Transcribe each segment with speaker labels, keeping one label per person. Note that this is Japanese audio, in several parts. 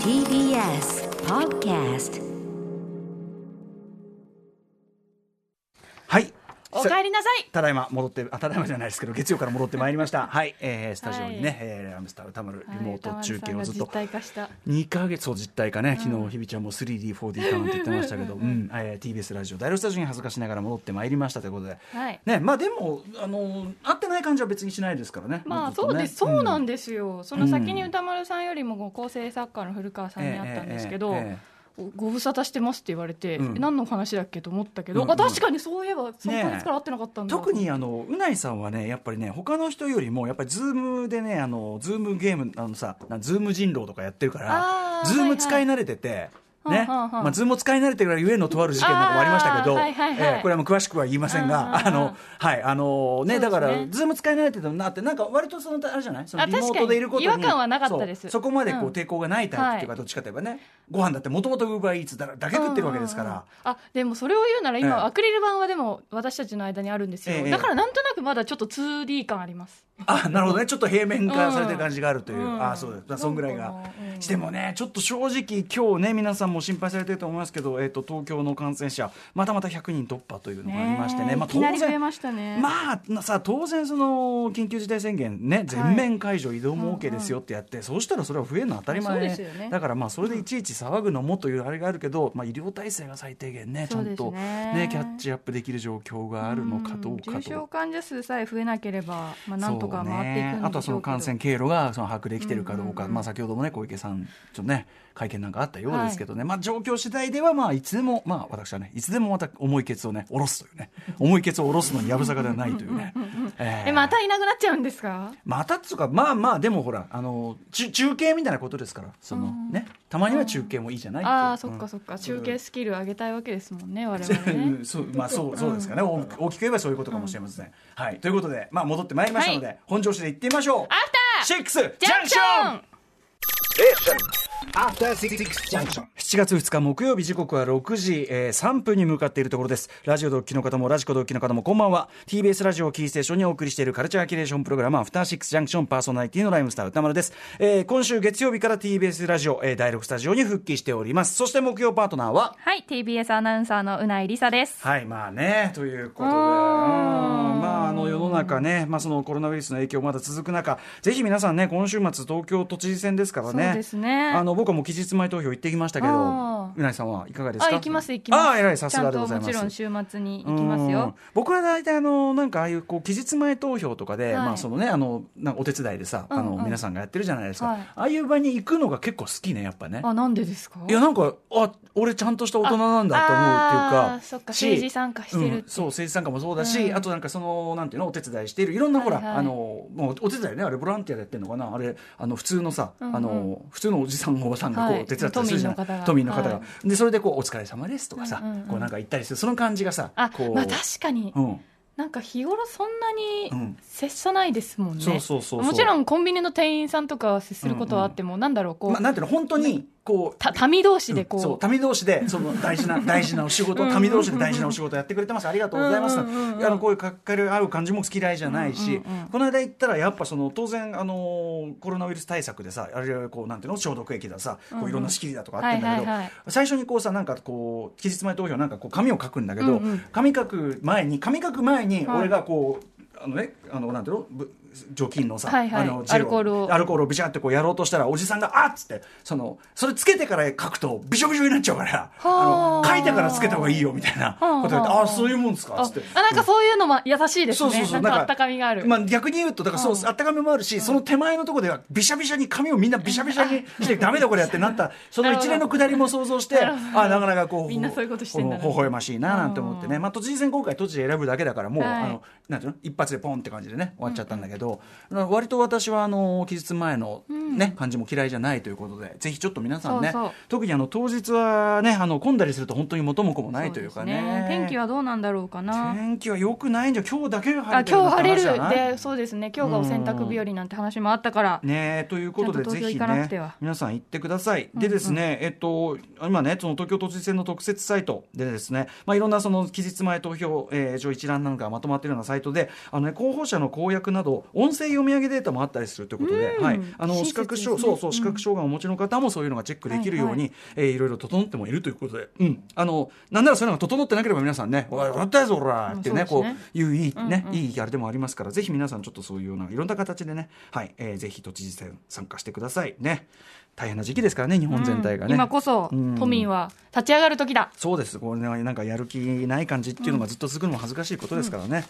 Speaker 1: TBS Podcast
Speaker 2: はい。
Speaker 3: お帰りなさい
Speaker 2: ただいま戻ってあただいまじゃないですけど月曜から戻ってまいりま した。はい、えー、スタジオにね、
Speaker 3: はい
Speaker 2: えーラムスター歌丸リモート中継をずっ
Speaker 3: はい歌丸さんが
Speaker 2: と
Speaker 3: 実体化した
Speaker 2: 2か月を実体化ね、昨日日比ちゃんも 3D4D 化なんて言ってましたけど、うんえー、TBS ラジオ第6スタジオに恥ずかしながら戻ってまいりましたということで、
Speaker 3: はい
Speaker 2: ねまあでもあの会ってない感じは別にしないですからね。
Speaker 3: まあ
Speaker 2: ずっと
Speaker 3: そ
Speaker 2: ね
Speaker 3: うです、そうなんですよその先に歌丸さんよりもご構成作家の古川さんに会ったんですけ
Speaker 2: ええ
Speaker 3: ど、
Speaker 2: えええ
Speaker 3: ご無沙汰してますって言われて、
Speaker 2: うん
Speaker 3: 何の話だっけと思ったけど、
Speaker 2: うんうん
Speaker 3: あ確かにそういえば3ヶ月から会ってなかったんだ、
Speaker 2: 特にあのうないさんはねやっぱりね他の人よりもやっぱりズームでねあのズームゲームあのさなズーム人狼とかやってるから
Speaker 3: あー
Speaker 2: ズー
Speaker 3: はいは
Speaker 2: ム
Speaker 3: い
Speaker 2: 使い慣れてて。ね
Speaker 3: はんはんはん
Speaker 2: まあ、ズームを使い慣れてからゆえのとある事件なんかもありましたけど、
Speaker 3: あーはいはいはい
Speaker 2: えーこれはもう詳しくは言いませんが、
Speaker 3: うんうんうん
Speaker 2: あの、はい、あのね、
Speaker 3: そうですね
Speaker 2: だから、ズーム使い慣れてたなって、なんか割とその、あれじゃないその
Speaker 3: あ
Speaker 2: リモー
Speaker 3: 確か
Speaker 2: ト
Speaker 3: に
Speaker 2: でいることに
Speaker 3: 違和感はなかったです
Speaker 2: そうそこまでこう
Speaker 3: うん
Speaker 2: 抵抗がないタイプっていうか、
Speaker 3: はい
Speaker 2: どっちかといえばね、ご飯だってもともとウーバーイーツだだけ食ってるわけですから、
Speaker 3: うんうんうんあでもそれを言うなら今、
Speaker 2: ええ
Speaker 3: アクリル板はでも私たちの間にあるんですよ、
Speaker 2: ええ
Speaker 3: だからなんとなくまだちょっと 2D 感あります
Speaker 2: あなるほどねちょっと平面化されてる感じがあるという、
Speaker 3: うん
Speaker 2: あそうですだそんぐらい
Speaker 3: な
Speaker 2: が
Speaker 3: んかなうん
Speaker 2: してもねちょっと正直今日ね皆さんも心配されてると思いますけど、えっと東京の感染者またまた100人突破というのがありましてね
Speaker 3: え
Speaker 2: まあ
Speaker 3: いきなり増えましたね、
Speaker 2: まあなさ当然その緊急事態宣言ね全面解除移動も OK ですよってやって、そうしたらそれは増えるのは当たり前
Speaker 3: そうですよね
Speaker 2: だからまあそれでいちいち騒ぐのもというあれがあるけど、まあ、医療体制が最低限ねちゃん
Speaker 3: そ
Speaker 2: と
Speaker 3: うですね
Speaker 2: ねキャッチアップできる状況があるのかどうかと。
Speaker 3: うん重症患者数さえ増えなければ、まあ、なんとか回っていくんでし
Speaker 2: そうね
Speaker 3: ょうけど
Speaker 2: あとはその感染経路がその把握できてるかどうか、
Speaker 3: うんうんうん
Speaker 2: まあ、先ほどもね小池さんちょっとね会見なんかあったようですけどね、まあ、状況次第ではまあいつでも、まあ、私はねいつでもまた重いケツをね下ろすというね重いケツを下ろすのにやぶさかではないというね。えー
Speaker 3: えまたいなくなっちゃうんですか
Speaker 2: またっつうかまあまあでもほらあの中中継みたいなことですからその、ねたまには中継もいいじゃないっていう
Speaker 3: ああそっ
Speaker 2: うん
Speaker 3: かそっか中継スキル上げたいわけですもんね我
Speaker 2: じゃあ
Speaker 3: 々ね
Speaker 2: そうまあそうそうですかね、大き大きく言えばそういうことかもしれません、はいということでまあ戻ってまいりましたので、
Speaker 3: は
Speaker 2: 本調子で行ってみましょう
Speaker 3: アフター
Speaker 2: シックスジ
Speaker 3: ジ
Speaker 2: ャ
Speaker 3: ャ
Speaker 2: ン
Speaker 3: ン
Speaker 2: ク
Speaker 3: ク
Speaker 2: シ
Speaker 3: シ
Speaker 2: ョ
Speaker 3: ョ
Speaker 2: ン
Speaker 3: ン
Speaker 4: Junction.
Speaker 2: 7月2日木曜日時刻は6時、えー3分に向かっているところですラジオ同期の方もラジコ同期の方もこんばんは TBS ラジオをキーステーションにお送りしているカルチャーキュレーションプログラムアフターシックスジャンクションパーソナリティのライムスター歌丸です、えー今週月曜日から TBS ラジオ、えー第6スタジオに復帰しておりますそして木曜パートナーは
Speaker 3: はい TBS アナウンサーのうないりさです
Speaker 2: はいまあねということでうん
Speaker 3: うん
Speaker 2: まああの世の中ね、まあ、そのコロナウイルスの影響まだ続く中ぜひ皆さんね今週末東京都知事選ですからね
Speaker 3: そうですね
Speaker 2: あの僕はもう期日前投票行ってきましたけど
Speaker 3: あー
Speaker 2: うないさんはいかがです
Speaker 3: あ
Speaker 2: か
Speaker 3: 行きます行きます
Speaker 2: あー偉いさすがでございます
Speaker 3: ちゃんともちろん週末に行きます
Speaker 2: うん
Speaker 3: よ
Speaker 2: 僕は大体あのなんかああいうこう期日前投票とかで、
Speaker 3: はい
Speaker 2: まあそのねあのなんかお手伝いでさ、あ
Speaker 3: うん
Speaker 2: の
Speaker 3: うん
Speaker 2: 皆さんがやってるじゃないですか、
Speaker 3: はい
Speaker 2: ああいう場に行くのが結構好きねやっぱね
Speaker 3: あなんでですか
Speaker 2: いやなんかあ俺ちゃんとした大人なんだって思
Speaker 3: ああー
Speaker 2: う
Speaker 3: そ
Speaker 2: っいう
Speaker 3: ってか
Speaker 2: か
Speaker 3: 政治参加してるっていう
Speaker 2: うんそう政治参加もそうだし、
Speaker 3: うん
Speaker 2: あとなんかそのなんていうのお手伝いしているいろんなほら、
Speaker 3: はいはい
Speaker 2: あのもうお手伝いねあれボランティアでやってるのかなあれあの普通のさ、
Speaker 3: うんうん
Speaker 2: あの普通のおじさんおばさんがこ
Speaker 3: は
Speaker 2: う
Speaker 3: い
Speaker 2: 手伝ったりするじゃない、都
Speaker 3: 都
Speaker 2: 民
Speaker 3: 民
Speaker 2: の
Speaker 3: の
Speaker 2: 方
Speaker 3: 方
Speaker 2: が、
Speaker 3: がは
Speaker 2: でそれでこうお疲れ様ですとかさ、
Speaker 3: うんうんうん
Speaker 2: こうなんか行ったりするその感じがさ
Speaker 3: あ
Speaker 2: こう
Speaker 3: まあ確かに
Speaker 2: うん
Speaker 3: なんか日頃そんなに
Speaker 2: うん
Speaker 3: 接さないですもんね、
Speaker 2: そうそうそうそう
Speaker 3: もちろんコンビニの店員さんとかは接することはあっても、なんだろうこう、
Speaker 2: まあ、なんていうの本当にこう
Speaker 3: た民同士でこう,、
Speaker 2: そう民同士でその大事な大事なお仕事民同士で大事なお仕事やってくれてますありがとうございます、
Speaker 3: うんうんうんうん
Speaker 2: あのこういうかっかり合う感じも嫌いじゃないし、
Speaker 3: うんうんうん
Speaker 2: この間行ったらやっぱその当然あのーコロナウイルス対策でさあれこうなんていうの消毒液ださこういろんな仕切りだとかあってんだけど、
Speaker 3: はいはいはい
Speaker 2: 最初にこうさなんかこう期日前投票なんかこう紙を書くんだけど、
Speaker 3: うんうん
Speaker 2: 紙書く前に紙書く前に
Speaker 3: はい
Speaker 2: 俺がこう、あのねあのなんていうのぶ除菌のさ、
Speaker 3: はい
Speaker 2: あ
Speaker 3: はい
Speaker 2: のジェル
Speaker 3: アルコールを
Speaker 2: アルコールをビシャってこうやろうとしたらおじさんが「あっ!」つってそのそれつけてから書くとびしょびしょになっちゃうからあ
Speaker 3: はあ
Speaker 2: の書いてからつけた方がいいよみたいな
Speaker 3: はあ
Speaker 2: こと言って「
Speaker 3: はあ
Speaker 2: ああそういうもんですか」
Speaker 3: あ
Speaker 2: つって。
Speaker 3: あなんかそういうのも優しいです
Speaker 2: そう
Speaker 3: ね、
Speaker 2: そうそう
Speaker 3: なんかあったかみがある、
Speaker 2: まあ、逆に言うとだからそう、あったかみもあるし、その手前のところではびしゃびしゃに髪をみんなびしゃびしゃ にしてダメだこれやってなったその一連のくだりも想像して
Speaker 3: なるほど
Speaker 2: あなかなかこう
Speaker 3: みんなそういうことしてんだな
Speaker 2: ほほ微笑ましいななんて思ってね、まあ、都知事選今回都知事選ぶだけだからもう、
Speaker 3: はい
Speaker 2: あのなんていうの一発でポンって感じでね終わっちゃったんだけど、割と私はあの期日前の、ね感じも嫌いじゃないということでぜひちょっと皆さんね
Speaker 3: そうそう
Speaker 2: 特にあの当日はねあの混んだりすると本当に元も子もないというかね
Speaker 3: そうです天気はどうなんだろうかな
Speaker 2: 天気は良くないんじゃ今日だけが晴
Speaker 3: あ
Speaker 2: れてる
Speaker 3: 今日晴れ
Speaker 2: って話じゃない
Speaker 3: るでそうですね今日がお洗濯日和なんて話もあったから、
Speaker 2: ねえということで
Speaker 3: ちゃんと
Speaker 2: ぜ
Speaker 3: 投票
Speaker 2: ひ
Speaker 3: 行かなくて
Speaker 2: ね
Speaker 3: は
Speaker 2: 皆さん行ってください。でですね、えっと今ねその東京都知事選の特設サイトでですね、まあいろんなその期日前投票えー上一覧なんかがまとまっているようなサイトで、あのね候補者の公約など音声読み上げデータもあったりするということで、
Speaker 1: うん
Speaker 2: はい、あの
Speaker 1: 親切
Speaker 2: 視覚障、
Speaker 1: ですね
Speaker 2: そうそう視覚障害をお持ちの方もそういうのがチェックできるように、
Speaker 3: はい
Speaker 2: いえーいろいろ整ってもいるということで、うん、あのなんならそういうのが整ってなければ皆さんね「おい分かったやぞおら!」ってね,、
Speaker 3: そ
Speaker 2: こ
Speaker 3: うですね
Speaker 2: ういういいね、
Speaker 3: うんうん
Speaker 2: いいあれでもありますからぜひ皆さんちょっとそういうようないろんな形でね、はいえーぜひ都知事選参加してくださいね大変な時期ですからね日本全体がね。
Speaker 3: 今こそ
Speaker 2: うん
Speaker 3: 都民は立ち上がる時だ、
Speaker 2: そうですこれねなんかやる気ない感じっていうのがずっと続くのも恥ずかしいことですからね、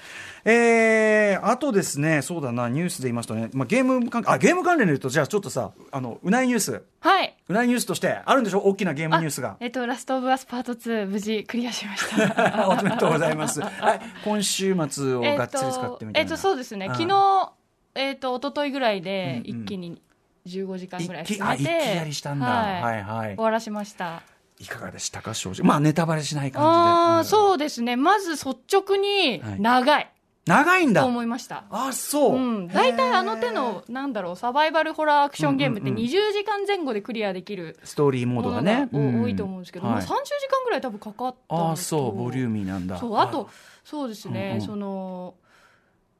Speaker 2: えーあとですねそうだなニュースで言いますとね、まあ、ゲーム関あゲーム関連で言うとじゃあちょっとさあのうないニュース
Speaker 3: はいう
Speaker 2: ないニュースとしてあるんでしょ大きなゲームニュースが
Speaker 3: あえっとラストオブアスパート2無事クリアしまし た
Speaker 2: おめでとうございます。はい、今週末をがっつり使ってみた
Speaker 3: え
Speaker 2: い
Speaker 3: っ
Speaker 2: な。
Speaker 3: とそうですね
Speaker 2: うん
Speaker 3: 昨日えっと一昨日ぐらいで
Speaker 2: うんうん
Speaker 3: 一気に15時間ぐらい
Speaker 2: 一
Speaker 3: 進
Speaker 2: 気あ
Speaker 3: め
Speaker 2: 一
Speaker 3: て、
Speaker 2: 気やりしたんだ。
Speaker 3: はい
Speaker 2: はいはい
Speaker 3: 終。わらしました
Speaker 2: いかがでしたか正直。まあネタバレしない感じで。
Speaker 3: あ
Speaker 2: う
Speaker 3: あ
Speaker 2: ん
Speaker 3: そうですねまず率直に
Speaker 2: はい
Speaker 3: 長い
Speaker 2: 長いん
Speaker 3: と
Speaker 2: だ。
Speaker 3: 思いました、
Speaker 2: あそう。
Speaker 3: うん、大体あの手のなんだろうサバイバルホラーアクションゲームって
Speaker 2: うんうんうん
Speaker 3: 20時間前後でクリアできる
Speaker 2: ストーリーモ
Speaker 3: も
Speaker 2: ー
Speaker 3: の
Speaker 2: ド
Speaker 3: が
Speaker 2: がね
Speaker 3: お多いと思うんですけど、
Speaker 2: はい
Speaker 3: もう30時間ぐらい多分かかったのと
Speaker 2: あそうボリューミーなんだ。
Speaker 3: そうあとそうです
Speaker 2: う
Speaker 3: ね、
Speaker 2: んうん
Speaker 3: その、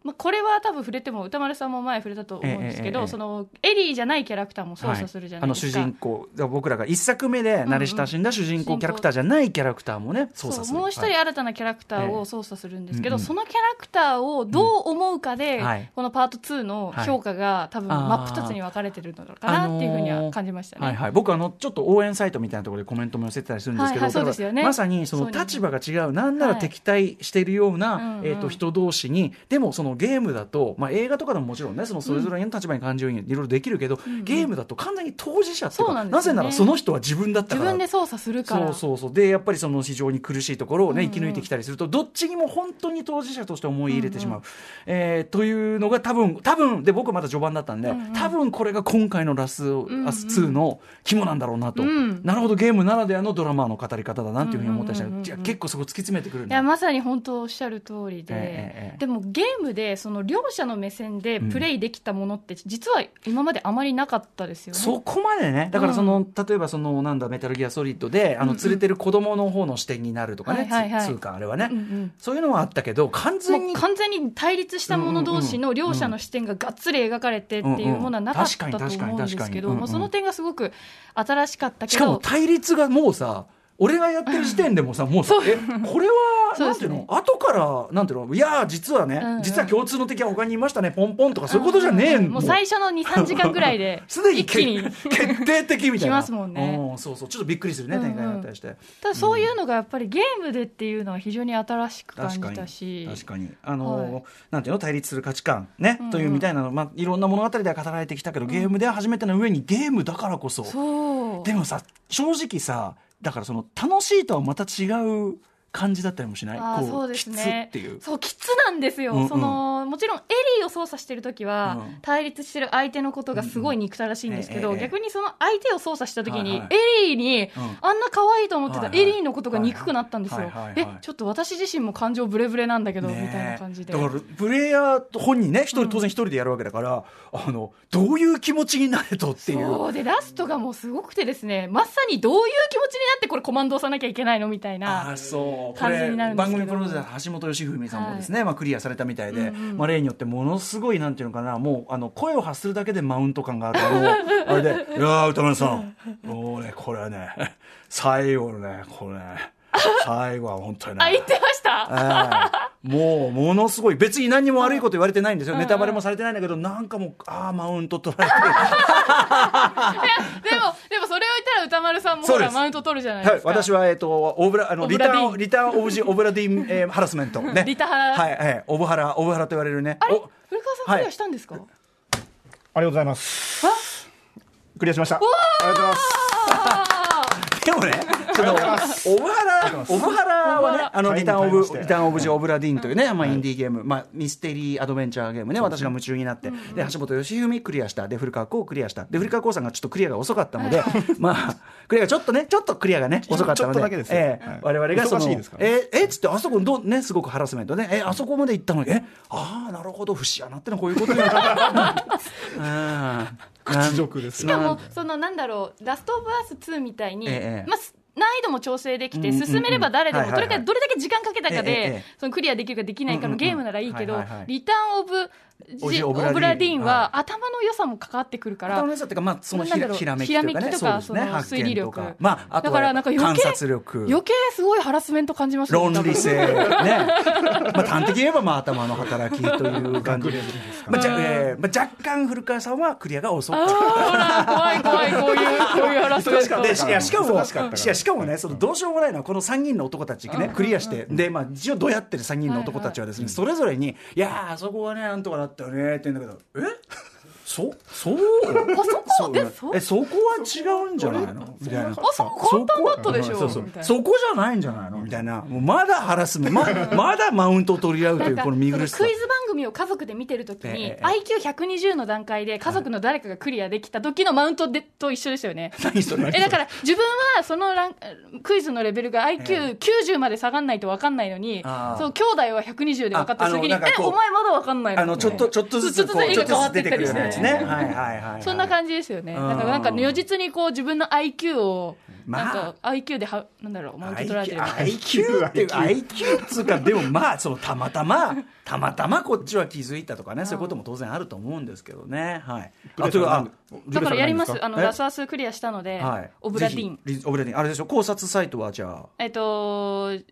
Speaker 3: まあ、これは多分触れても歌丸さんも前触れたと思うんですけど、
Speaker 2: ええええ
Speaker 3: そのエリーじゃないキャラクターも操作するじ
Speaker 2: は
Speaker 3: ゃ
Speaker 2: あ
Speaker 3: ない
Speaker 2: の
Speaker 3: です
Speaker 2: 主
Speaker 3: か、
Speaker 2: 人公僕らが一作目で慣れ親しんだ主人公キャラクターじゃないキャラクターもね操作す
Speaker 3: そ
Speaker 2: る
Speaker 3: うもう一
Speaker 2: はい
Speaker 3: 人新たなキャラクターを操作するんですけど、
Speaker 2: うんうん
Speaker 3: そのキャラクターをどう思うかで、
Speaker 2: うんはい
Speaker 3: このパート2の評価が多分
Speaker 2: はい
Speaker 3: 真っ二つに分かれてるのかなっていうふうには感じましたね。
Speaker 2: はいはい、僕あのちょっと応援サイトみたいなところでコメントも寄せてたりするんですけど、
Speaker 3: はいはいそうですよ
Speaker 2: だか
Speaker 3: ね
Speaker 2: らまさにそ
Speaker 3: そ
Speaker 2: の
Speaker 3: うです
Speaker 2: 立場が違うなんなら敵対しているような、
Speaker 3: はい
Speaker 2: えー、
Speaker 3: うんう
Speaker 2: と
Speaker 3: ん
Speaker 2: 人同士にでもそのゲームだと、まあ、映画とかでももちろんねそのそれぞれの立場に感情移入いろいろできるけど、
Speaker 3: んうん
Speaker 2: ゲームだと完全に当事者っていうか
Speaker 3: そうなんですよね
Speaker 2: なぜならその人は自分だった
Speaker 3: 自
Speaker 2: から
Speaker 3: 分で操作するから
Speaker 2: そうそうそうでやっぱりその非常に苦しいところをね
Speaker 3: うんうん
Speaker 2: 生き抜いてきたりすると、どっちにも本当に当事者として思い入れてしまう、
Speaker 3: うん
Speaker 2: えーというのが多分多分で僕まだ序盤だったんで、
Speaker 3: うんうん
Speaker 2: 多分これが今回のラス、
Speaker 3: ん
Speaker 2: ラス2の肝なんだろうなと、
Speaker 3: うん
Speaker 2: なるほどゲームならではのドラマーの語り方だなっていうふうに思ったりした
Speaker 3: うんうんうんうん
Speaker 2: いや結構そこ突き詰めてくるん
Speaker 3: い
Speaker 2: だ
Speaker 3: やまさに本当おっしゃる通りで、
Speaker 2: ええええ
Speaker 3: でもゲームでその両者の目線でプレイできたものって実は今まであまりなかったですよね。
Speaker 2: そこまでねだからその、例えばそのなんだメタルギアソリッドであの
Speaker 3: うんうん
Speaker 2: 連れてる子供の方の視点になるとかね、
Speaker 3: はいはいはい
Speaker 2: つつうかあれはね、
Speaker 3: うんうん
Speaker 2: そういうのはあったけど完全
Speaker 3: もう
Speaker 2: に
Speaker 3: 完全に対立した者同士の両者の視点ががっつり描かれてっていうものはなかったと思うんです
Speaker 2: う
Speaker 3: け
Speaker 2: んうんうん確かに確か
Speaker 3: ど、
Speaker 2: に確かにうんうん
Speaker 3: まあ、その点がすごく新しかった
Speaker 2: し
Speaker 3: け
Speaker 2: かも
Speaker 3: ど
Speaker 2: 対立がもうさ俺がやってる時点でもさもうさ
Speaker 3: そう
Speaker 2: えこれは
Speaker 3: そう
Speaker 2: な
Speaker 3: で
Speaker 2: んてい
Speaker 3: す
Speaker 2: うの
Speaker 3: ね
Speaker 2: 後からなんていうのいやー実はね、
Speaker 3: うんうん
Speaker 2: 実は共通の敵は他にいましたねポンポンとかそういうことじゃねえ
Speaker 3: うんうんうん
Speaker 2: の
Speaker 3: もう最初の23時間ぐらいで
Speaker 2: すでに
Speaker 3: 一
Speaker 2: け
Speaker 3: 気に
Speaker 2: 決定的みたいな
Speaker 3: 来ますもんね
Speaker 2: うんそうそうちょっとびっくりするね
Speaker 3: うんうん
Speaker 2: 展開があったりして、
Speaker 3: ただそういうのがやっぱりゲームでっていうのは非常に新しく感じたし
Speaker 2: 確かにあのー
Speaker 3: はい
Speaker 2: なんていうの対立する価値観ね、
Speaker 3: うんうん
Speaker 2: というみたいなの、まあ、いろんな物語では語られてきたけど、ゲームでは初めての上にゲームだからこそ
Speaker 3: そう
Speaker 2: でもさ正直さだからその楽しいとはまた違う感じだったりもしない
Speaker 3: あー
Speaker 2: こう
Speaker 3: そうですね
Speaker 2: きつっていう。
Speaker 3: そうきつなんですよ、
Speaker 2: うんうん
Speaker 3: そのもちろんエリーを操作してる時は、
Speaker 2: うん
Speaker 3: 対立してる相手のことがすごい憎たらしいんですけど、
Speaker 2: うんうんええええ
Speaker 3: 逆にその相手を操作した時に、
Speaker 2: はいはい
Speaker 3: エリーに
Speaker 2: うん
Speaker 3: あんな可愛いと思って
Speaker 2: は
Speaker 3: た
Speaker 2: いはい
Speaker 3: エリーのことが憎くなったんです
Speaker 2: は
Speaker 3: よ
Speaker 2: いはいはい
Speaker 3: え
Speaker 2: はい
Speaker 3: ちょっと私自身も感情ブレブレなんだけど、
Speaker 2: ねえ
Speaker 3: みたいな感じで
Speaker 2: だからプレイヤーと本人ね一人当然一人でやるわけだから、あのどういう気持ちになれとっていう
Speaker 3: そうでラストがもうすごくてですねまさにどういう気持ちになってこれコマンドを押さなきゃいけないのみたい
Speaker 2: あ
Speaker 3: な
Speaker 2: ーそうこ
Speaker 3: 感じ
Speaker 2: れ
Speaker 3: になるんです
Speaker 2: 番
Speaker 3: けど
Speaker 2: 組プロデューサー橋本良文さんもですね、まあ、クリアされたみたいで、
Speaker 3: うんうん
Speaker 2: まあ、例によってものすごいなんていうのかなもうあの声を発するだけでマウント感がある あのあれで「いやー歌丸さんもうねこれはね最後のねこれね最後は本当にね
Speaker 3: あ言ってました
Speaker 2: ええもうものすごい別に何にも悪いこと言われてないんですよ、ネタバレもされてないんだけどなんかもうああマウント取られてる
Speaker 3: でもでもそれを言ったら歌丸さんも
Speaker 2: そう
Speaker 3: ほ
Speaker 2: です
Speaker 3: らマウント取るじゃないで
Speaker 2: はい
Speaker 3: す、か
Speaker 2: 私は、えっと、オブラ、あの、
Speaker 3: オ
Speaker 2: リ
Speaker 3: ブ
Speaker 2: タ
Speaker 3: ラ
Speaker 2: ーン、
Speaker 3: ディーン
Speaker 2: リターンオブジ、オブラディーン、えーハラスメント。ね。
Speaker 3: リタハラ
Speaker 2: はい、はい、オブハラ、オブハラと言われるね。
Speaker 3: あれ
Speaker 2: お
Speaker 3: 古川さんクリアしたんですか、
Speaker 4: ありがとうございます。クリアしました。ありがとうございます。
Speaker 2: でもね、その、オブハラ、オブハラはね、あの、
Speaker 4: はい
Speaker 2: リターンオ
Speaker 4: 買いま
Speaker 2: ブ
Speaker 4: し、て
Speaker 2: リターンオブジ、オブラディーンというね、まあ、インディーゲーム、まあ、ミステリーアドベンチャーゲームね、私が夢中になって、で、橋本義文クリアした、で、古川光クリアした、で、古川光さんがちょっとクリアが遅かったので、 まあ、クリアがちょっとね、ちょっとクリアがね、遅かったの
Speaker 4: ちょっとだけで
Speaker 2: で、
Speaker 4: すよ
Speaker 2: え
Speaker 4: は
Speaker 2: え
Speaker 4: い
Speaker 2: 我々がそ
Speaker 4: 忙
Speaker 2: の
Speaker 4: しいです、からね
Speaker 2: ええっつってあそこどうねすごくハラスメントねえあそこまで行ったのにえああなるほど節穴ってのはこういうことなんだうん
Speaker 4: 屈辱です
Speaker 3: しかもそのなんだろう「ラスト・オブ・アース2」みたいに、
Speaker 2: ええ
Speaker 3: まあす難易度も調整できて、
Speaker 2: うんうんうん
Speaker 3: 進めれば誰でも、
Speaker 2: はい
Speaker 3: と
Speaker 2: はいはい
Speaker 3: にかくどれだけ時間かけたかで、
Speaker 2: ええええ
Speaker 3: そのクリアできるかできないかのゲームならいいけど、
Speaker 2: うんうんうんはいはいはい
Speaker 3: リターンオブ
Speaker 2: オジ
Speaker 3: ジ
Speaker 2: オ
Speaker 3: オ
Speaker 2: ブラディー
Speaker 3: ブ
Speaker 2: ン
Speaker 3: ラディーンは、頭の良さも関わってくるから
Speaker 2: 頭の、良さっていうか、まあ、その
Speaker 3: な
Speaker 2: ひ
Speaker 3: んだ
Speaker 2: ら
Speaker 3: ろう
Speaker 2: ひらめきというかね、
Speaker 3: ひらめきと
Speaker 2: そう
Speaker 3: か
Speaker 2: ですね、
Speaker 3: その
Speaker 2: 発見と
Speaker 3: 推理
Speaker 2: か
Speaker 3: 力、
Speaker 2: まあ、あと
Speaker 3: だ
Speaker 2: は
Speaker 3: から
Speaker 2: やっ
Speaker 3: なん
Speaker 2: ぱ
Speaker 3: か余
Speaker 2: 観
Speaker 3: 計
Speaker 2: 察力。
Speaker 3: 余計すごいハラスメント感じますね。
Speaker 2: 論
Speaker 3: 多分
Speaker 2: 理性、ね、 まあ端的に言えば、まあ、頭の働きという感 じで、まあじゃえーまあ、若干古川さんはクリアが遅か
Speaker 3: あ
Speaker 2: った。
Speaker 3: ーほら、怖い怖い、こういう、こういうハラスメン
Speaker 2: しか
Speaker 3: ト。
Speaker 2: もでいやしかも
Speaker 4: 忙しかったから
Speaker 2: いやしかもねそのどうしようもないのはこの3人の男たちねクリアしてでまあ一応どうやってる3人の男たちはですねそれぞれに「いやーあそこはねなんとかだったよね」って言うんだけど「えそそう
Speaker 3: あそこ
Speaker 2: そう
Speaker 3: えそ
Speaker 2: えそこは違うんじゃないの?」みたいな。
Speaker 3: あそこ簡単だったでしょ
Speaker 2: そうそう
Speaker 3: みたいな
Speaker 2: そこじゃないんじゃないのみたいなもうまだハラスメントままだマウントを取り合うと
Speaker 3: ないん
Speaker 2: う
Speaker 3: か
Speaker 2: この見苦しさ
Speaker 3: そのクイズ番組を家族で見てるときに、
Speaker 2: ええ
Speaker 3: IQ120 の段階で家族の誰かがクリアできた時のマウントでと一緒です よね。
Speaker 2: 何それ
Speaker 3: えだから自分はそのランクイズのレベルが IQ90 まで下がんないと分かんないのに、
Speaker 2: あー
Speaker 3: そう兄弟は120で分かった
Speaker 2: ああの
Speaker 3: 時に「
Speaker 2: なんか
Speaker 3: え
Speaker 2: こう
Speaker 3: お前まだ分かんないの?」
Speaker 2: あのちょっとちょっとずつこう
Speaker 3: ち
Speaker 2: ちょ
Speaker 3: ょ
Speaker 2: っ
Speaker 3: っとずつ絵が変わ
Speaker 2: とずつ
Speaker 3: って
Speaker 2: 出
Speaker 3: き
Speaker 2: て
Speaker 3: た
Speaker 2: く
Speaker 3: り
Speaker 2: るよう
Speaker 3: して
Speaker 2: なやつねはいはいはいはい
Speaker 3: そんな感じですよね。だ
Speaker 2: うん
Speaker 3: からなんか如実にこう自分の IQ を、
Speaker 2: まあ
Speaker 3: なんか IQ ではなんだろうもう受け取られてる
Speaker 2: IQ,
Speaker 3: みたいな
Speaker 2: IQ っていう IQ っつうかでもまあそのたまたまたまたまこっちは気づいたとかねそういうことも当然あると思うんですけどねはいあとあ
Speaker 3: だからやりますあの
Speaker 2: え
Speaker 3: ラスアスクリアしたので、
Speaker 2: はい
Speaker 3: オブラディーン
Speaker 2: ぜ。ひリオブラディンあれでしょ考察サイトはじ ゃあ
Speaker 3: えっと、10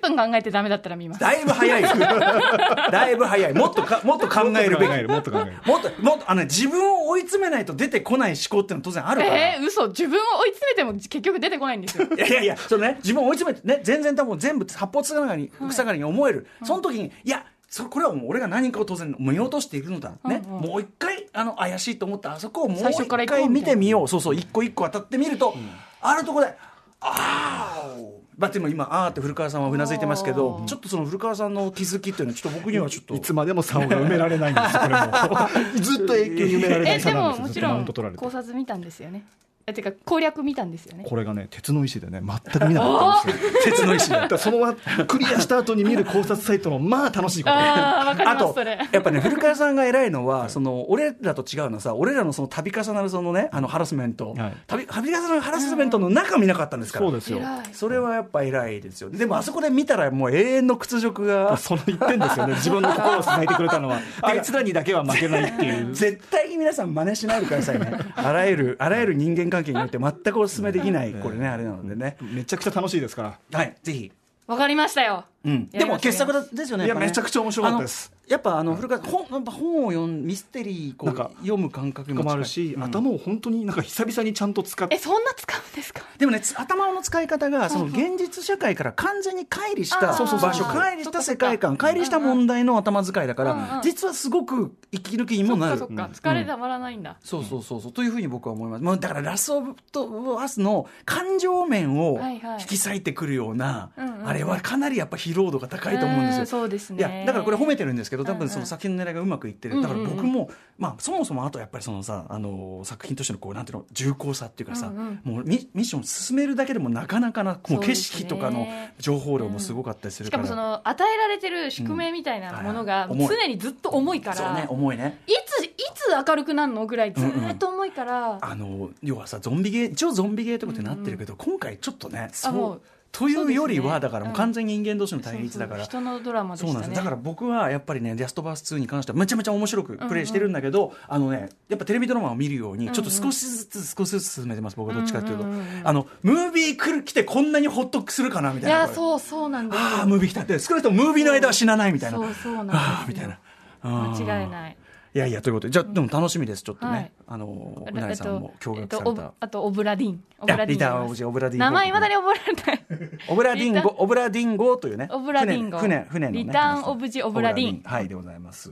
Speaker 3: 分考えてダメだったら見ます。
Speaker 2: だいぶ早いですだいぶ早いもっとかもっと考えるべき
Speaker 4: 考えるもっと考える
Speaker 2: もっともっとあのね自分を追い詰めないと出てこない思考っていうのは当然あるから、
Speaker 3: えー、嘘自分を追い詰めても結局出てこないんで すよ。
Speaker 2: いやいやいや、そのね、自分を追い詰めて、ね、全然多分全部八方塞がりに、塞がりに思える。その時に、いや、そこれはもう俺が何かを当然見落としているのだ。ね。
Speaker 3: うんうん
Speaker 2: もう一回、あの、怪しいと思ったあそこをもう
Speaker 3: 最初
Speaker 2: 一
Speaker 3: から行こう
Speaker 2: 回
Speaker 3: み
Speaker 2: 見
Speaker 3: たいな
Speaker 2: てみよう。そうそう、一個一個当たってみると、あるとこで、あーおまあ、でも今、あーって古川さんはうなずいてますけど
Speaker 3: お、ー
Speaker 2: ちょっとその古川さんの気づきっていうのは、ちょっと僕にはちょっと。
Speaker 4: いつまでも差を埋められないんですこれ もずっと永久に埋められな
Speaker 3: え
Speaker 4: い
Speaker 3: で
Speaker 4: 差なん
Speaker 3: も
Speaker 4: です
Speaker 3: も
Speaker 4: ず
Speaker 3: ち
Speaker 4: っとマ
Speaker 3: ろ
Speaker 4: ウン
Speaker 3: ん
Speaker 4: ト取られて
Speaker 3: 考察見たんですよね。えてか攻略見たんですよね。
Speaker 4: これがね鉄の石でね全く見なかったんですよ
Speaker 2: 鉄の石で
Speaker 4: だから そのクリアした後に見る考察サイトもまあ楽し いこと
Speaker 3: ああわかり
Speaker 2: あ
Speaker 3: ます
Speaker 2: と
Speaker 3: それ。
Speaker 2: やっぱね古川さんが偉いのはその俺らと違うのはさ俺らのその度重なるそのねあのハラスメント
Speaker 4: はい
Speaker 2: 度度重なるハラスメントの中見なかったんですから
Speaker 4: そうですよ
Speaker 3: 偉い
Speaker 2: それはやっぱ偉いですよねでもあそこで見たらもう永遠の屈辱が
Speaker 4: その一点ですよ ね自分の心を繋いでくれたのはあいつらにだけは負けないってい う
Speaker 2: 絶対に皆さん真似しないでくださいねあらゆるあらゆる人間関係によって全くお勧めできないこれねあれなのでね
Speaker 4: めちゃくちゃ楽しいですから
Speaker 2: はいぜひ
Speaker 3: わかりましたよ。
Speaker 2: うん、で
Speaker 3: やりま
Speaker 2: も
Speaker 3: すや
Speaker 2: 傑
Speaker 3: ります
Speaker 2: 作ですよね
Speaker 4: いや
Speaker 2: っぱね
Speaker 4: めちゃくちゃ面白かったです
Speaker 2: あのやっぱあの古川さん本やっぱ本を読むミステリーこ
Speaker 4: なんか
Speaker 2: う読む感覚も
Speaker 4: も
Speaker 2: 近い
Speaker 4: あるし、
Speaker 2: うん
Speaker 4: 頭を本当になんか久々にちゃんと使っ
Speaker 3: え
Speaker 4: て
Speaker 3: そんな使うんですか。
Speaker 2: でもねつ頭の使い方がその現実社会から完全に乖離した
Speaker 3: あーそうそうそう
Speaker 2: 場所乖離した世界観
Speaker 3: そっかそ
Speaker 2: 乖
Speaker 3: っか
Speaker 2: 離した問題の頭使いだか
Speaker 3: うんう
Speaker 2: ら
Speaker 3: ん
Speaker 2: 実はすごく息抜きに
Speaker 3: そ
Speaker 2: も
Speaker 3: っ
Speaker 2: な
Speaker 3: か
Speaker 2: る
Speaker 3: そっか
Speaker 2: うん
Speaker 3: 疲れたまらないんだ。
Speaker 2: そうそうそうそうというふうに僕は思います、まあ、だからラス・オブ・とアスの感情面を
Speaker 3: はいはい
Speaker 2: 引き裂いてくるような、
Speaker 3: うんうんうん
Speaker 2: あれはかなりやっぱ疲労度が高いと思うんですよ
Speaker 3: んそうです
Speaker 2: い
Speaker 3: ね。
Speaker 2: やだからこれ褒めてるんですけど多
Speaker 3: うんう
Speaker 2: 分
Speaker 3: ん
Speaker 2: その作品の狙いがうまくいってる、だから僕も、まあ、そもそもあとやっぱりそのさ、あのー作品としてのこうなんていうの重厚さっていうかさ、
Speaker 3: うんうん
Speaker 2: もうミミッション進めるだけでもなかなかなもう景色とか
Speaker 3: そう
Speaker 2: の
Speaker 3: ですね
Speaker 2: 情報量もすごかったりす
Speaker 3: し
Speaker 2: る
Speaker 3: か
Speaker 2: から、
Speaker 3: もその与えられてる宿命みたいなものが
Speaker 2: うんはいはい重い
Speaker 3: 常にずっと重いか
Speaker 2: そうね
Speaker 3: ら。
Speaker 2: 重いね
Speaker 3: いついつ明るくなるのぐらいずーっと重いから。
Speaker 2: あの要はさゾンビゲー一応ゾンビゲーとかってなってるけど、今回ちょっとねそ
Speaker 3: あも
Speaker 2: う
Speaker 3: う
Speaker 2: というよりは、
Speaker 3: そう
Speaker 2: だか
Speaker 3: ですね
Speaker 2: らもう完全に人間同士の対
Speaker 3: そう
Speaker 2: 立
Speaker 3: そ
Speaker 2: だ
Speaker 3: う
Speaker 2: から
Speaker 3: 人のドラマで
Speaker 2: そう
Speaker 3: し
Speaker 2: なん
Speaker 3: た
Speaker 2: ですよ
Speaker 3: ね。
Speaker 2: だから僕はやっぱりね「ラストバース2」に関してはめちゃめちゃ面白くプレイしてるんだけど、あのねやっぱテレビドラマを見るようにちょっと少しずつ少しずつ進めてます僕はどっちかっていうと、
Speaker 3: うんうんうんうん
Speaker 2: あのムービー来る来てこんなにホッとするかなみたい
Speaker 3: い
Speaker 2: な
Speaker 3: やそうそうなんですよ
Speaker 2: ああムービー来たって少なくともムービーの間は死なないみたいな
Speaker 3: そうそうなんですよ
Speaker 2: ああみたいなあー
Speaker 3: 間違いない
Speaker 2: いやいやということでじゃあでも楽しみですちょっとね、
Speaker 3: はい
Speaker 2: あの
Speaker 3: え
Speaker 2: うなぎ
Speaker 3: っ
Speaker 2: さん
Speaker 3: と
Speaker 2: も驚
Speaker 3: え
Speaker 2: 愕
Speaker 3: っと
Speaker 2: され
Speaker 3: オ
Speaker 2: た、
Speaker 3: ブあとオブラディンオブラデ
Speaker 2: いや
Speaker 3: ィン
Speaker 2: リターン
Speaker 3: やります
Speaker 2: オブラディン
Speaker 3: 名前まだに覚えられ
Speaker 2: オブラディンゴ、オブラディンゴというね。
Speaker 3: オブラディンゴ
Speaker 2: 船、船船のね。
Speaker 3: リターンオブジオブラディン
Speaker 2: オはい、でございます。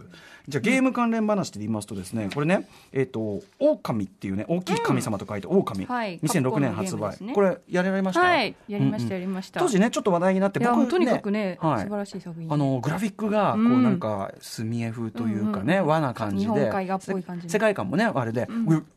Speaker 2: じゃあ、ゲーム関連話で言いますとですね、これね、えっと、狼っていうね、大きい神様と書いて、狼。
Speaker 3: はい
Speaker 2: 2006年
Speaker 3: カ
Speaker 2: 発
Speaker 3: プコンのゲームで
Speaker 2: 売
Speaker 3: すね。
Speaker 2: これ、やられました
Speaker 3: ないはいやりました
Speaker 2: うん
Speaker 3: やりました
Speaker 2: 当時ね、ちょっと話題になって、
Speaker 3: いや
Speaker 2: 僕
Speaker 3: とにかくね素
Speaker 2: はい
Speaker 3: 晴らしい作品
Speaker 2: あのグラフィックがこ
Speaker 3: う
Speaker 2: うんなんか墨絵風というかね、
Speaker 3: うんうん
Speaker 2: 和な感じで
Speaker 3: 日本海画っぽい感じの
Speaker 2: せ世界観もねあれで、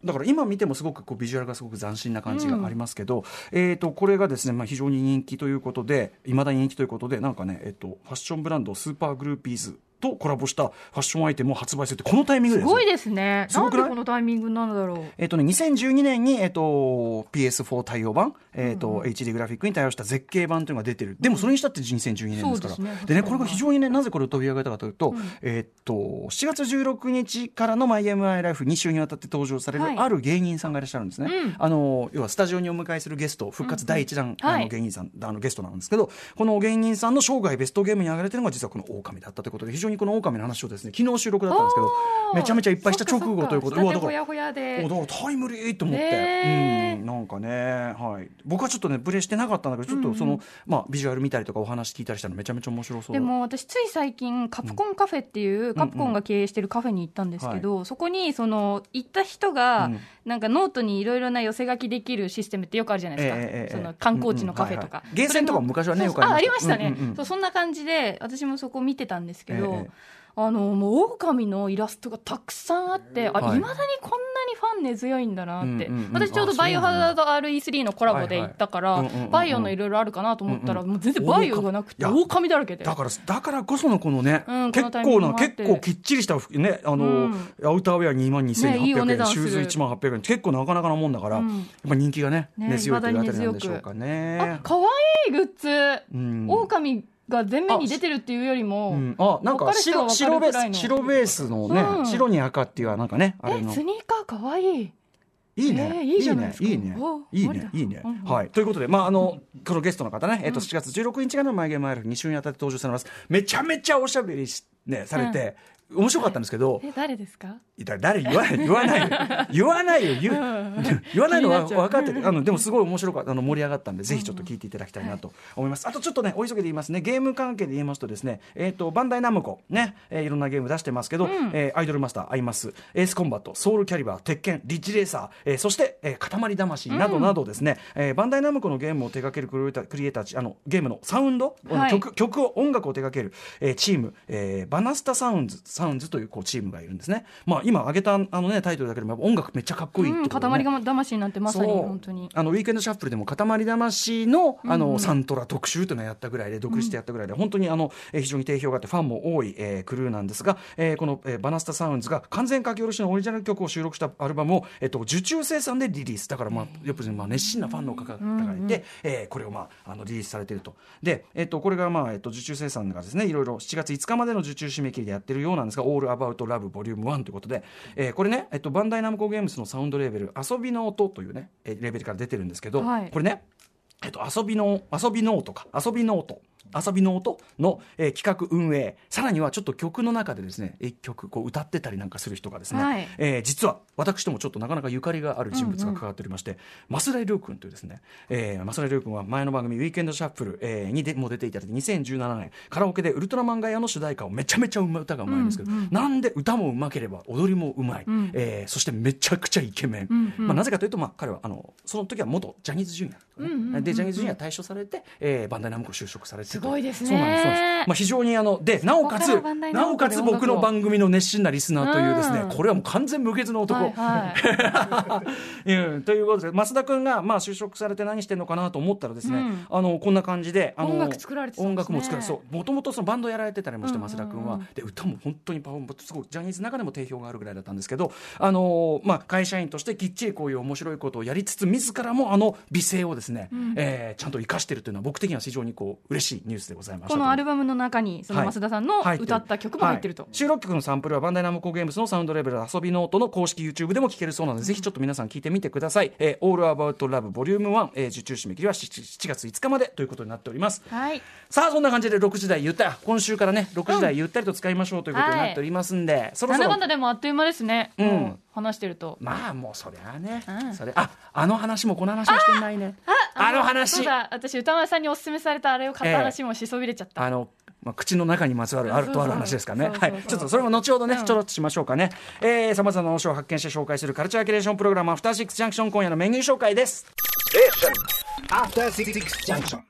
Speaker 2: だから今見てもすごくこうビジュアルがすごく斬新な感じがありますけど、えー、とこれがですね、まあ、非常に人気ということでいまだに人気ということでなんかね、えっとファッションブランドスーパーグルーピーズとコラボしたファッションアイテムを発売するってこのタイミングですよ
Speaker 3: ごいですね
Speaker 2: すごくない
Speaker 3: なんでこのタイミングなんだろう
Speaker 2: えっとね、2012年に、えっと、PS4 対応版、えっと HD グラフィックに対応した絶景版というのが出てるでもそれにしたって2012年ですから、
Speaker 3: そうですね
Speaker 2: でねこれが非常にねなぜこれを取り上げたかというと,、えっと7月16日からの「MyMILIFE」2週にわたって登場される、
Speaker 3: はい
Speaker 2: ある芸人さんがいらっしゃるんですね、あの要はスタジオにお迎えするゲスト復活第一弾、
Speaker 3: うんうん
Speaker 2: あ
Speaker 3: は
Speaker 2: の
Speaker 3: い
Speaker 2: 芸人さん、あのゲストなんですけどこの芸人さんの生涯ベストゲームに上がれてるのが実はこの「狼だったということで非常にこの「狼の話をですね昨日収録だったんですけどめちゃめちゃいっぱいした直後ということで
Speaker 3: で
Speaker 2: うわだ
Speaker 3: うわだ
Speaker 2: か
Speaker 3: かららほやほやで
Speaker 2: おだからタイムリーと思って、
Speaker 3: ねー
Speaker 2: うん、なんかね、はい、僕はちょっとねプレイしてなかったんだけどちょっとその、まあ、ビジュアル見たりとかお話聞いたりしたのめちゃめちゃ面白そう
Speaker 3: でも私つい最近カプコンカフェっていう、カプコンが経営してるカフェに行ったんですけど、そこにその行った人が、
Speaker 2: うん
Speaker 3: なんかノートにいろいろな寄せ書きできるシステムってよくあるじゃないですか、
Speaker 2: ええええええ
Speaker 3: その観光地のカフェとか
Speaker 2: うんうんはいはい、ゲーセンとかも昔はね
Speaker 3: それも
Speaker 2: よく
Speaker 3: あ
Speaker 2: あ
Speaker 3: あ
Speaker 2: り
Speaker 3: り
Speaker 2: ま
Speaker 3: ま
Speaker 2: し
Speaker 3: したたね、
Speaker 2: うんうんうん
Speaker 3: そうそんな感じで私もそこ見てたんですけど、
Speaker 2: ええ
Speaker 3: あのもう狼のイラストがたくさんあってあいま、
Speaker 2: はい
Speaker 3: 未だにこんなにファン根強いんだなって、
Speaker 2: うんうんうん
Speaker 3: 私ちょうど「バイオハザード RE3」のコラボで行ったから、
Speaker 2: はいはいうんうんうん
Speaker 3: バイオのいろいろあるかなと思ったら、
Speaker 2: う
Speaker 3: もう全然バイオがなくて
Speaker 2: いや
Speaker 3: 狼だらけで
Speaker 2: だからだからこそのこのね、
Speaker 3: うんこ
Speaker 2: 結
Speaker 3: のタイミ
Speaker 2: 構
Speaker 3: ング
Speaker 2: な
Speaker 3: もあっ
Speaker 2: 結
Speaker 3: て
Speaker 2: 構きっちりした服ねあの、
Speaker 3: うん
Speaker 2: アウターウェア2万2800円、
Speaker 3: ねいいお値段す
Speaker 2: シュ
Speaker 3: る
Speaker 2: ーズ1万800円結構なかなかなもんだから、
Speaker 3: うん
Speaker 2: やっぱ人気がね
Speaker 3: ね
Speaker 2: 根強いというあたりなんでしょうかね
Speaker 3: あ。可愛いグッズ、
Speaker 2: うん
Speaker 3: 狼が前面に出てるっていうよりも、
Speaker 2: うん、あなんか
Speaker 3: わかる人は
Speaker 2: 白
Speaker 3: わか
Speaker 2: 白ベ
Speaker 3: るくらい
Speaker 2: ー
Speaker 3: の
Speaker 2: ス白ベースのね、
Speaker 3: うん
Speaker 2: 白に赤っていうなんかねあれ
Speaker 3: え
Speaker 2: の
Speaker 3: スニーカー可愛い
Speaker 2: いいね、
Speaker 3: えーいいじゃないですか
Speaker 2: いいね
Speaker 3: お、
Speaker 2: いい
Speaker 3: あり
Speaker 2: ね
Speaker 3: だ、
Speaker 2: いいね
Speaker 3: うんう。ん
Speaker 2: はい、ということで、まあ、あの、このゲストの方ね、えっと、7月16日からのマイゲームアイル2週にあたって登場されます。めちゃめちゃおしゃべりし、ね、されて、面白かったんですけど、
Speaker 3: え誰ですか
Speaker 2: いた誰言わない、言わないよ、言わないよ、言う言わないのは
Speaker 3: 気にな
Speaker 2: 分かってる。あの、でもすごい面白かった、あの、盛り上がったんで、ぜひちょっと聞いていただきたいなと思います。あとちょっとね、お急ぎで言いますね、ゲーム関係で言いますとですね、えっと、バンダイナムコ、ね、えーいろんなゲーム出してますけど、えーアイドルマスター、アイマス、エースコンバット、ソウルキャリバー、鉄拳、リッチレーサー、えーそして、えー塊魂などなどですね、えーバンダイナムコのゲームを手掛けるクリエイタークリエイターちあのゲームのサウンド、
Speaker 3: はい
Speaker 2: 曲曲を音楽を手掛ける、えーチーム、えーバナスタサウンズサウンズというこうチームがいるんですね。まあ今挙げたあのねタイトルだけでもやっぱ音楽めっちゃかっこいいって
Speaker 3: うん、
Speaker 2: ことね
Speaker 3: 塊が魂なんてまさに
Speaker 2: そう
Speaker 3: 本当に
Speaker 2: あのウィークエンドシャッフルでも「塊魂の」あのサントラ特集というのをやったぐらいで独立してやったぐらいで、本当にあのえー非常に定評があってファンも多い、えークルーなんですが、えーこの、えーバナスタサウンズが完全書き下ろしのオリジナル曲を収録したアルバムを、えっと受注生産でリリースだから、まあ、やっぱり、まあ、熱心なファンの方々がいて、えーこれを、まあ、あのリリースされているとで、えっとこれが、まあえっと受注生産がですねいろいろ7月5日までの受注締め切りでやってるようなんですが「オールアバウトラブボリューム1ということで、えーこれね、えっとバンダイナムコゲームスのサウンドレーベル「遊びの音」というねえーレベルから出てるんですけど、
Speaker 3: はい
Speaker 2: これね、えっと、遊びの遊びノートか遊びノート遊びノートの、えー企画運営さらにはちょっと曲の中でですね一曲こう歌ってたりなんかする人がですね、
Speaker 3: はい
Speaker 2: えー実は私ともちょっとなかなかゆかりがある人物が関わっておりまして、増田亮君というですね、えー、増田亮君は前の番組「ウィークエンドシャッフル」えーにでも出ていただいて2017年カラオケで「ウルトラマンガイア」の主題歌をめちゃめちゃうまい歌がうまいんですけど、なんで歌もうまければ踊りもうまい、
Speaker 3: ん
Speaker 2: えーそしてめちゃくちゃイケメン、
Speaker 3: んうん
Speaker 2: まあ、なぜかというと、まあ、彼はあのその時は元ジャニーズジュニアとかね、
Speaker 3: うんうんうんうん
Speaker 2: でジャニーズジュニア退所されて、えーバンダイナムコ就職されてと
Speaker 3: すごいですね
Speaker 2: そうなんですそうなんですまあ、非常にあのでなおか
Speaker 3: そ
Speaker 2: つ
Speaker 3: こからバンダイナ
Speaker 2: な
Speaker 3: ム
Speaker 2: お
Speaker 3: コ
Speaker 2: か
Speaker 3: で
Speaker 2: つ
Speaker 3: 音楽を
Speaker 2: 僕の番組の熱心なリスナーというですね、
Speaker 3: うん
Speaker 2: これはもう完全無欠の男、
Speaker 3: はいはい
Speaker 2: うんということで増田君がまあ就職されて何してんのかなと思ったらですね、
Speaker 3: うん
Speaker 2: あのこんな感じであの
Speaker 3: 音楽作られてたんですね
Speaker 2: 音楽も作られそうもともとそのバンドやられてたりもして
Speaker 3: うんうんうん
Speaker 2: 増田君は、で歌も本当にパフォーマンスすごいジャニーズの中でも定評があるぐらいだったんですけど、あのまあ、会社員としてきっちりこういう面白いことをやりつつ自らもあの美声をですね、えーちゃんと生かしてるというのは僕的には非常にこう嬉しいニュースでございました
Speaker 3: このアルバムの中にその
Speaker 2: はい
Speaker 3: 増田さんの
Speaker 2: 入ってる
Speaker 3: 歌った曲も入ってると、
Speaker 2: はい収録曲のサンプルはバンダイナムコゲームスのサウンドレベル遊びノートの公式 YouTube でも聴けるそうなので、ぜひちょっと皆さん聞いてみてください「えー、All About Love Vol.1、1えー受注締め切りは 7, 7月5日までということになっております
Speaker 3: はい
Speaker 2: さあそんな感じで6時台ゆったり今週からね6時台ゆったりと使いましょうということになっておりますんで、そろそ
Speaker 3: 七
Speaker 2: ろ
Speaker 3: 番だでもあっという間ですね、
Speaker 2: うん
Speaker 3: もう話してると
Speaker 2: まあもうそりゃあね、
Speaker 3: うん
Speaker 2: それああの話もこの話もしてないねあの
Speaker 3: そ
Speaker 2: 話
Speaker 3: うだ私歌丸さんにおすすめされたあれを買った話もしそびれちゃった、
Speaker 2: あの、まあ、口の中にまつわるあるとある話ですからね。
Speaker 3: そうそう
Speaker 2: は
Speaker 3: そう
Speaker 2: い。ちょっとそれも後ほどね、
Speaker 3: うん
Speaker 2: ちょろっとしましょうかね。えー、様々な話を発見して紹介するカルチャーキュレーションプログラム、アフターシックスジャンクション今夜のメニュー紹介です。
Speaker 4: After Six Junction.